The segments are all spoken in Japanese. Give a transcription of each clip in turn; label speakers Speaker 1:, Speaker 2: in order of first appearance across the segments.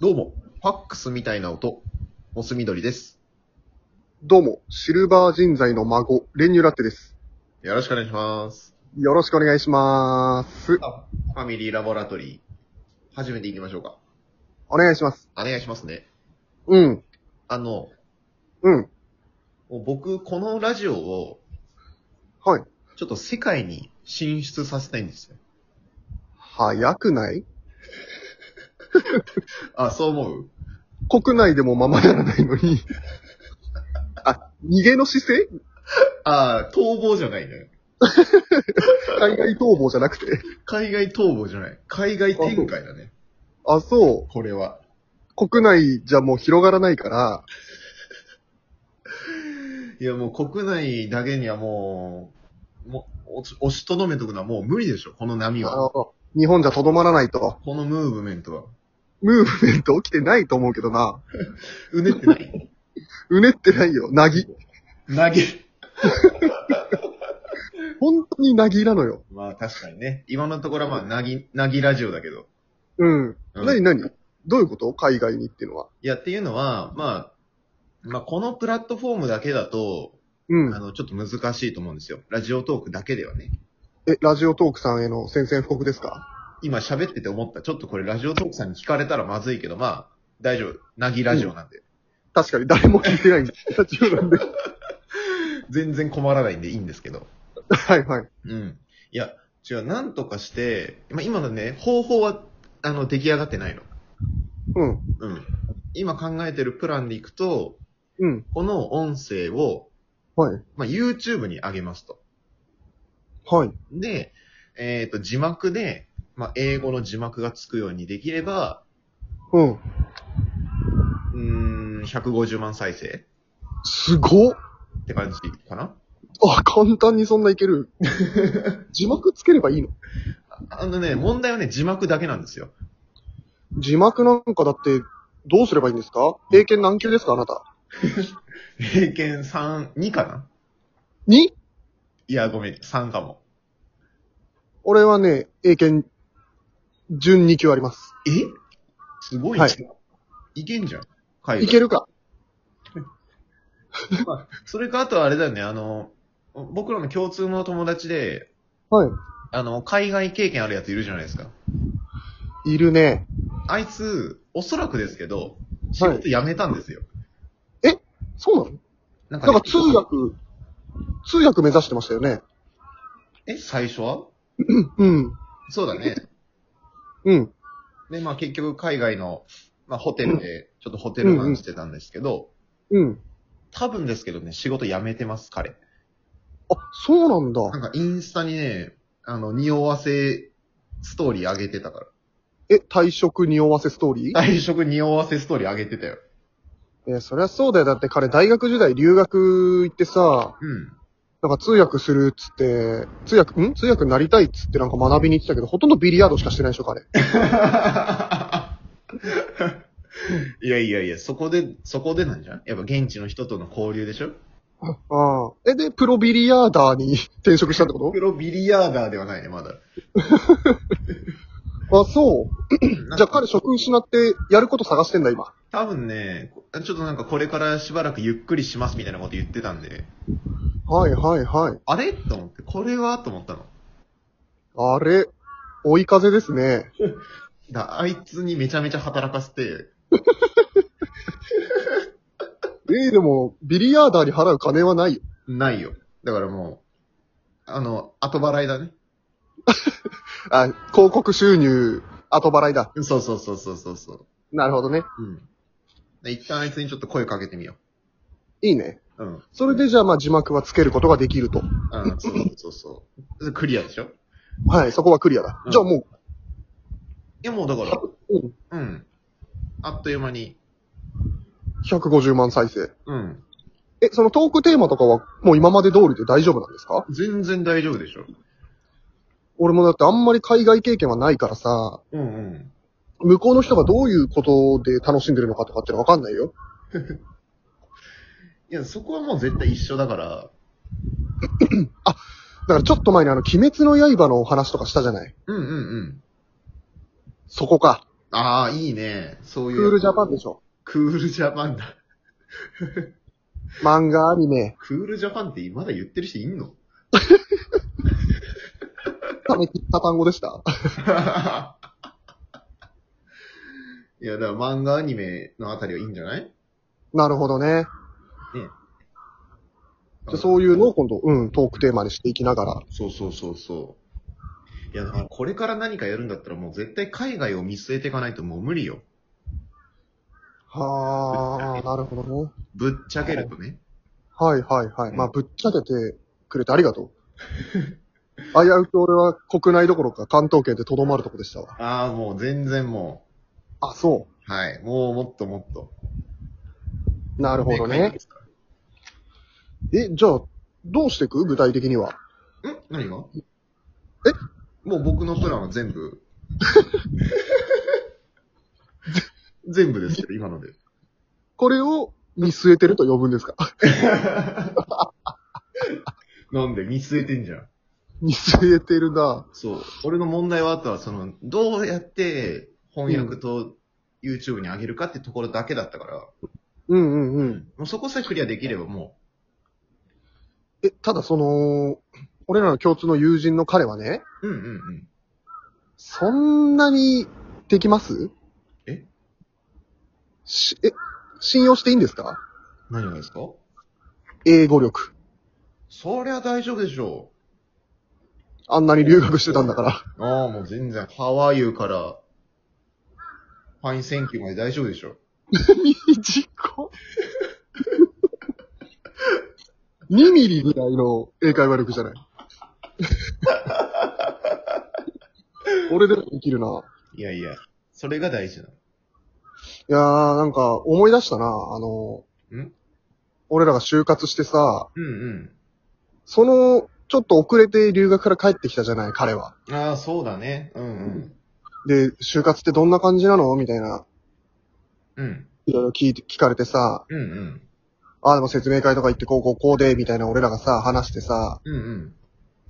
Speaker 1: どうも、ファックスみたいな音、モス緑です。
Speaker 2: どうも、シルバー人材の孫、練乳ラッテです。
Speaker 1: よろしくお願いします。
Speaker 2: よろしくお願いしまーす。
Speaker 1: あファミリーラボラトリー、始めていきましょうか。
Speaker 2: お願いします。
Speaker 1: お願いしますね。
Speaker 2: うん、
Speaker 1: あの、
Speaker 2: うん、
Speaker 1: もう僕、このラジオを、
Speaker 2: はい。
Speaker 1: ちょっと世界に進出させたいんですよ。
Speaker 2: 早くない
Speaker 1: あ、そう思う
Speaker 2: 国内でもままならないのに。 あ、逃げの姿勢
Speaker 1: あ、逃亡じゃないね。
Speaker 2: 海外逃亡じゃなくて。
Speaker 1: 海外逃亡じゃない。海外展開だね。
Speaker 2: あ、そ
Speaker 1: これは。
Speaker 2: う。国内じゃもう広がらないから、
Speaker 1: いや、もう国内だけにはもう、もう、押し押しとどめとくのはもう無理でしょ、この波
Speaker 2: あ
Speaker 1: は。
Speaker 2: の、日本じゃとどまらないと。
Speaker 1: このムーブメントは。
Speaker 2: ムーブメント起きてないと思うけどな。
Speaker 1: うねってない。
Speaker 2: うねってないよ。なぎ。
Speaker 1: 投げ。
Speaker 2: 本当になぎなのよ。
Speaker 1: まあ確かにね。今のところはまあ、なぎ、なぎラジオだけど。
Speaker 2: うん。
Speaker 1: うん
Speaker 2: なに
Speaker 1: い
Speaker 2: なにどういうこと海外にっていうのは。
Speaker 1: や、っていうのは、まあ、まあこのプラットフォームだけだと、
Speaker 2: うん
Speaker 1: あ。の、ちょっと難しいと思うんですよ。ラジオトークだけではね。
Speaker 2: え、ラジオトークさんへの宣戦布告ですか
Speaker 1: 今喋ってて思った。ちょっとこれラジオトークさんに聞かれたらまずいけど、まあ、大丈夫。なぎラジオなんで。
Speaker 2: 確かに誰も聞いてないんで、 ラジオなんで。
Speaker 1: 全然困らないんでいいんですけど。
Speaker 2: はいはい。
Speaker 1: うん。いや、違う。なんとかして、まあ今のね、方法は、あの、出来上がってないの。
Speaker 2: うん。
Speaker 1: うん。今考えてるプランでいくと、
Speaker 2: うん。
Speaker 1: この音声を、
Speaker 2: はい。
Speaker 1: まあ、YouTube に上げますと。
Speaker 2: はい。
Speaker 1: で、えっ、と、字幕で、まあ、英語の字幕がつくようにできれば、
Speaker 2: うん。
Speaker 1: うーん、150万再生
Speaker 2: すごっ
Speaker 1: って感じかな
Speaker 2: あ、簡単にそんないけ る。字幕つければいいの
Speaker 1: あのね、問題はね、字幕だけなんですよ。
Speaker 2: 字幕なんかだって、どうすればいいんですか英検何級ですかあなた。
Speaker 1: 英検3、2かな
Speaker 2: 2?
Speaker 1: いや、ごめん、3かも。
Speaker 2: 俺はね、英検、準2級あります。
Speaker 1: えすごい、
Speaker 2: はい
Speaker 1: い、いけんじゃん。海外
Speaker 2: いけるか
Speaker 1: それか、あとはあれだよね、あの、僕らの共通の友達で、
Speaker 2: は
Speaker 1: あの、海外経験あるやついるじゃないですか。
Speaker 2: い。いるね。
Speaker 1: あいつ、おそらくですけど、仕事辞めたんですよ。
Speaker 2: そうなの
Speaker 1: なん
Speaker 2: なん
Speaker 1: ね
Speaker 2: か通訳、通訳目指してましたよね。
Speaker 1: え、最初は
Speaker 2: うん。
Speaker 1: そうだ ね。
Speaker 2: うん。
Speaker 1: で、まあ結局海外の、まあホテルで、ちょっとホテルマンしてたんですけど、
Speaker 2: うん。
Speaker 1: 多分ですけどね、仕事辞めてます、彼。
Speaker 2: あ、そうなんだ。
Speaker 1: なんかインスタにね、あの、匂わせストーリー上げてたか
Speaker 2: え、退職匂わせストーリー
Speaker 1: ら。退職匂わせストーリー上げてたよ。
Speaker 2: えーそりゃそうだよ。だって彼大学時代留学行ってさ、
Speaker 1: うん。
Speaker 2: なんか通訳するっつって、通訳、ん通訳になりたいっつってなんか学びに行ってたけど、ほとんどビリヤードしかしてないでしょ、彼。
Speaker 1: いやいやいや、そこで、そこでなんじゃんやっぱ現地の人との交流でしょ
Speaker 2: ああ。え、で、プロビリヤーダーに転職したってこ
Speaker 1: プロビリヤーダーではないね、まだ。
Speaker 2: とあ、そう。じゃあ彼職失ってやること探してんだ、今。
Speaker 1: 多分ね、ちょっとなんかこれからしばらくゆっくりしますみたいなこと言ってたんで、
Speaker 2: はいはいはい。
Speaker 1: あれと思って、これはと思ったの。
Speaker 2: あれ、追い風ですね。
Speaker 1: だあいつにめちゃめちゃ働かせて、
Speaker 2: えーでも、ビリヤーダーに払う金はないよ。
Speaker 1: ないよ。だからもう、あの、後払いだね。
Speaker 2: あ、広告収入、後払いだ。
Speaker 1: そうそうそうそうそうそう。
Speaker 2: なるほどね。
Speaker 1: うん。で一旦あいつにちょっと声かけてみよ
Speaker 2: いいね。
Speaker 1: う。うん。
Speaker 2: それでじゃあまあ字幕はつけることができると。
Speaker 1: あのそうそうそう そう。クリアでしょい
Speaker 2: はい、そこはクリアだ。
Speaker 1: うん
Speaker 2: じゃあも
Speaker 1: やもうだから、
Speaker 2: う、
Speaker 1: うん。あっという間に、
Speaker 2: 150万再生。
Speaker 1: うん。
Speaker 2: え、そのトークテーマとかはもう今まで通りで大丈夫なんですか
Speaker 1: 全然大丈夫でしょ。
Speaker 2: 俺もだってあんまり海外経験はないからさ、
Speaker 1: うんうん。
Speaker 2: 向こうの人がどういうことで楽しんでるのかとかってのわかんないよ。
Speaker 1: いや、そこはもう絶対一緒だから、
Speaker 2: だからちょっと前にあの、鬼滅の刃のお話とかしたじゃない
Speaker 1: うんうんうん。
Speaker 2: そこか。
Speaker 1: ああ、いいね。そう
Speaker 2: ク
Speaker 1: いう。
Speaker 2: ールジャパンでしょ。
Speaker 1: クールジャパンだ。
Speaker 2: 漫画、アニメ、
Speaker 1: クールジャパンってまだ言ってる人いんの
Speaker 2: ため切った単語でした。
Speaker 1: いや、だから漫画アニメのあたりはいいんじゃない
Speaker 2: なるほどね。じゃあそういうのを今度、うん、トークテーマにしていきながら。
Speaker 1: そうそうそうそう。いや、だからこれから何かやるんだったらもう絶対海外を見据えていかないともう無理よ。
Speaker 2: はあ、なるほどね。
Speaker 1: ぶっちゃけるとね。
Speaker 2: はいはいはい。まあ、ぶっちゃけてくれてありが とう。危うく俺は国内どころか関東圏でとどまるとこでしたわ。
Speaker 1: ああ、もう全然も。
Speaker 2: あ、そう
Speaker 1: はい。もうもっともっと。
Speaker 2: う。なるほど
Speaker 1: 海外
Speaker 2: ね
Speaker 1: で。すか
Speaker 2: え、じゃあ、どうしてく具体的には。
Speaker 1: らん何が
Speaker 2: え
Speaker 1: もう僕のプランは全部。 全部ですよ、今ので。
Speaker 2: これを見据えてると呼ぶんですか
Speaker 1: なんで、見据えてんじゃん。
Speaker 2: 見据えてるな。
Speaker 1: そう。俺の問題はあとは、その、どうやって翻訳と YouTube に上げるかってところだけだったから、
Speaker 2: うんうんうん。
Speaker 1: もうそこさえクリアできればも
Speaker 2: え、ただその、俺らの共通の友人の彼はね、
Speaker 1: う、うんうんうん。
Speaker 2: そんなにできます
Speaker 1: え
Speaker 2: し、え、信用していいんですか
Speaker 1: 何がですか
Speaker 2: 英語力。
Speaker 1: そりゃ大丈夫でしょ
Speaker 2: あんなに留学してたんだから。
Speaker 1: う。ああ、もう全然、ハワイユーから、ファインセンキューまで大丈夫でしょう。
Speaker 2: 短2ミリぐらいの英会話力じゃない。俺でもできるな。
Speaker 1: いやいや、それが大事なの。
Speaker 2: いやー、なんか思い出したな。あの、
Speaker 1: ん
Speaker 2: 俺らが就活してさ、
Speaker 1: うん
Speaker 2: その、ちょっと遅れて留学から帰ってきたじゃない、彼は。
Speaker 1: うん。ああ、そうだね。うんうん。
Speaker 2: で、就活ってどんな感じなのみたいな、
Speaker 1: うん。
Speaker 2: いろいろ聞いて、聞かれてさ、
Speaker 1: うんうん。
Speaker 2: ああ、でも説明会とか行ってこうこうこうで、みたいな俺らがさ、話してさ、
Speaker 1: うんうん。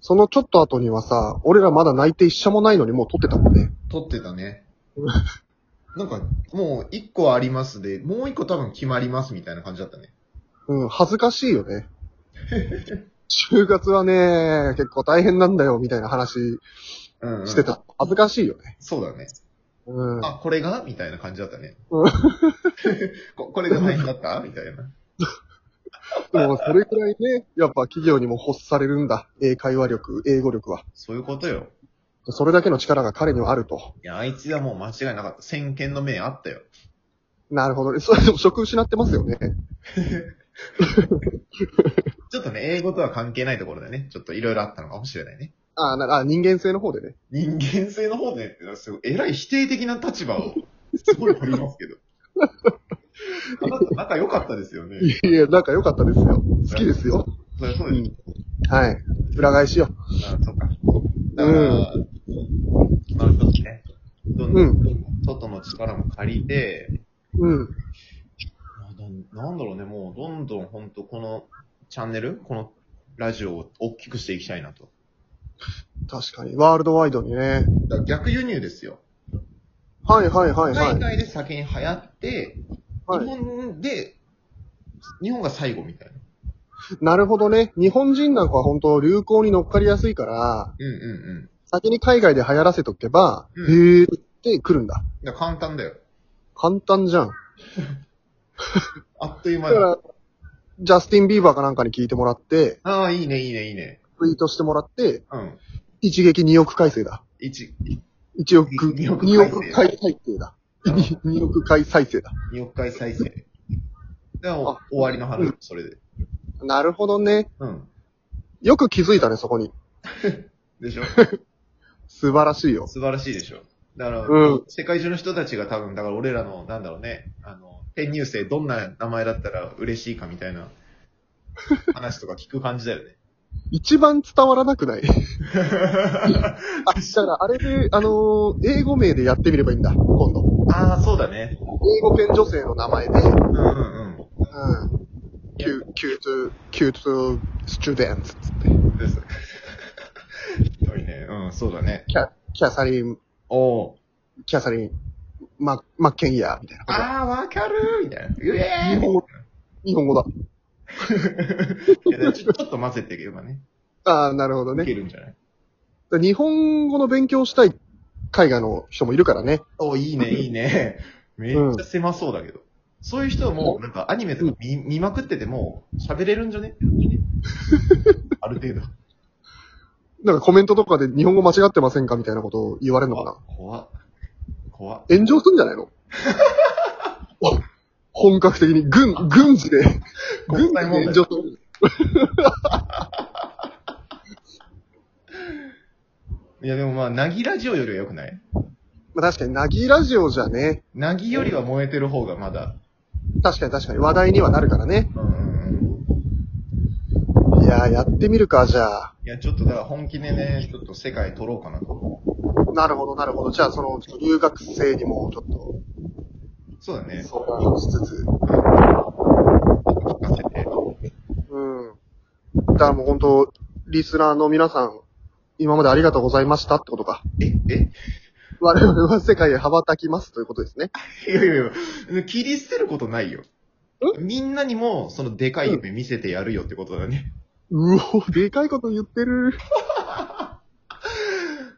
Speaker 2: そのちょっと後にはさ、俺らまだ内定一社もないのにもう取ってたもんね。
Speaker 1: 撮ってた ね。なんか、もう一個ありますで、もう一個多分決まりますみたいな感じだったね。
Speaker 2: うん、恥ずかしいよ ね。就活はね、結構大変なんだよ、みたいな話
Speaker 1: うん、うん。
Speaker 2: して。た。恥ずかしいよね。
Speaker 1: そうだね。
Speaker 2: うん。
Speaker 1: あ、これがみたいな感じだったね。
Speaker 2: う
Speaker 1: ここれが大変だったみたいな。
Speaker 2: でも、それくらいね、やっぱ企業にも欲されるんだ。英会話力、英語力は。
Speaker 1: そういうことよ。
Speaker 2: それだけの力が彼にはあると。
Speaker 1: いや、あいつはもう間違いなかった。先見の明あったよ。
Speaker 2: なるほどね。それでも職失ってますよね。
Speaker 1: ちょっとね、英語とは関係ないところでね、ちょっといろいろあったのかもしれないね。
Speaker 2: あなあ、人間性の方でね。
Speaker 1: 人間性の方で、すごい、えらい否定的な立場を、すごい取りますけど。あなた仲良かったですよね。
Speaker 2: いや、なんか良かったですよ。好きですよ。
Speaker 1: そりゃそう
Speaker 2: う
Speaker 1: です
Speaker 2: ん。はい。裏返しよう。
Speaker 1: あ、そっか。だから、まあ、ちょっとね、どんどん、外の力も借りて、
Speaker 2: うん。
Speaker 1: まあどんなんだろうね、もう、どんどん本当このチャンネル、このラジオを大きくしていきたいなと。
Speaker 2: 確かに。ワールドワイドにね。
Speaker 1: だから逆輸入ですよ。
Speaker 2: はいはいは
Speaker 1: 海
Speaker 2: いはい。
Speaker 1: 外で先に流行って、
Speaker 2: は
Speaker 1: 日
Speaker 2: い、
Speaker 1: 本で、日本が最後みたいな。
Speaker 2: なるほどね。日本人なんかは本当流行に乗っかりやすいから、
Speaker 1: うんうんうん。
Speaker 2: 先に海外で流行らせとけば、
Speaker 1: うん
Speaker 2: へーって来るんだ。
Speaker 1: だから簡単だよ。
Speaker 2: 簡単じゃん。
Speaker 1: あっという間
Speaker 2: だか
Speaker 1: に。
Speaker 2: ら、ジャスティン・ビーバーかなんかに聞いてもらって、
Speaker 1: ああ、いいね、いいね、いいね。
Speaker 2: ツイートしてもらって、
Speaker 1: うん。
Speaker 2: 一撃2億回生だ。
Speaker 1: 一、
Speaker 2: 1億、
Speaker 1: 2
Speaker 2: 2
Speaker 1: 億
Speaker 2: 億
Speaker 1: 回
Speaker 2: 回再生だ。
Speaker 1: う ん
Speaker 2: 2億回再生だ。
Speaker 1: 2億回再生。でも
Speaker 2: あ
Speaker 1: 終わりの話、それで。
Speaker 2: なるほどね。
Speaker 1: うん。
Speaker 2: よく気づいたね、そこに。
Speaker 1: でし ょ
Speaker 2: 素晴らしいよ。
Speaker 1: 素晴らしいでしょだから、
Speaker 2: うん
Speaker 1: 世界中の人たちが多分、だから俺らの、なんだろうね、あの、転入生どんな名前だったら嬉しいかみたいな話とか聞く感じだよ ね。
Speaker 2: 一番伝わらなくない あ、だからあれで、あのー英語名でやってみればいいんだ、今度。
Speaker 1: ああ、そうだね。
Speaker 2: 英語圏女性の名前で、う
Speaker 1: うんうん
Speaker 2: ん。cute, cute, cute students つって。
Speaker 1: うん。です。ひどいね。うん、そうだね。
Speaker 2: キャ、キャサリン、
Speaker 1: おお。
Speaker 2: キャサリン、ママッケンイヤーみたいなこと。
Speaker 1: あー、わかるみたいな。う
Speaker 2: 日
Speaker 1: え
Speaker 2: 本語、日本語だ。
Speaker 1: ーいやでもちょちょっと混ぜていけばね、
Speaker 2: ああ、なるほど
Speaker 1: い
Speaker 2: ね。
Speaker 1: けるんじゃない
Speaker 2: 日本語の勉強したい海外の人もいるからね。
Speaker 1: お、いいね、いいね。めっちゃ狭そうだけど。そういう人はもう、なんかアニメとか見,、見まくってても、喋れるんじゃ ねある程度。
Speaker 2: なんかコメントとかで日本語間違ってませんかみたいなことを言われるのかな
Speaker 1: あ。怖っ。怖っ。
Speaker 2: 炎上するんじゃないのお本格的に軍、軍事で、
Speaker 1: 国際問
Speaker 2: 軍事で
Speaker 1: 題
Speaker 2: 炎上する。
Speaker 1: いやでもまあ、なぎラジオよりは良くない
Speaker 2: まあ確かに、なぎラジオじゃね。
Speaker 1: なぎよりは燃えてる方がまだ。
Speaker 2: 確かに確かに話題にはなるからね。
Speaker 1: うんうんうん。
Speaker 2: いやー、やってみるか、じゃあ。
Speaker 1: いや、ちょっとだから本気でね、ちょっと世界取ろうかなと。
Speaker 2: なるほど、なるほど。じゃあ、その、ちょっと留学生にも、ちょっと、
Speaker 1: そうだね。
Speaker 2: 相談しつつ。
Speaker 1: 聞かせて。
Speaker 2: うん。だからもう本当、リスナーの皆さん、今までありがとうございましたってことか。
Speaker 1: え、え
Speaker 2: 我々は世界へ羽ばたきますということですね。
Speaker 1: いやいやいや、切り捨てることないよ。みんなにも、そのでかい夢見せてやるよってことだね。
Speaker 2: うお、でかいこと言ってる。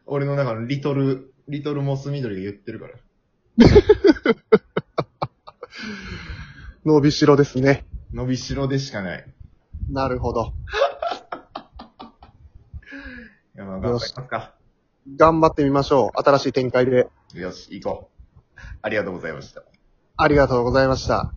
Speaker 1: 俺の中のリトル、リトルモス緑が言ってるから。
Speaker 2: 伸びしろですね。
Speaker 1: 伸びしろでしかない。
Speaker 2: なるほど。
Speaker 1: いや、まあ、頑張りますか。
Speaker 2: 頑張ってみましょう。新しい展開で。
Speaker 1: よし、行こう。ありがとうございました。
Speaker 2: ありがとうございました。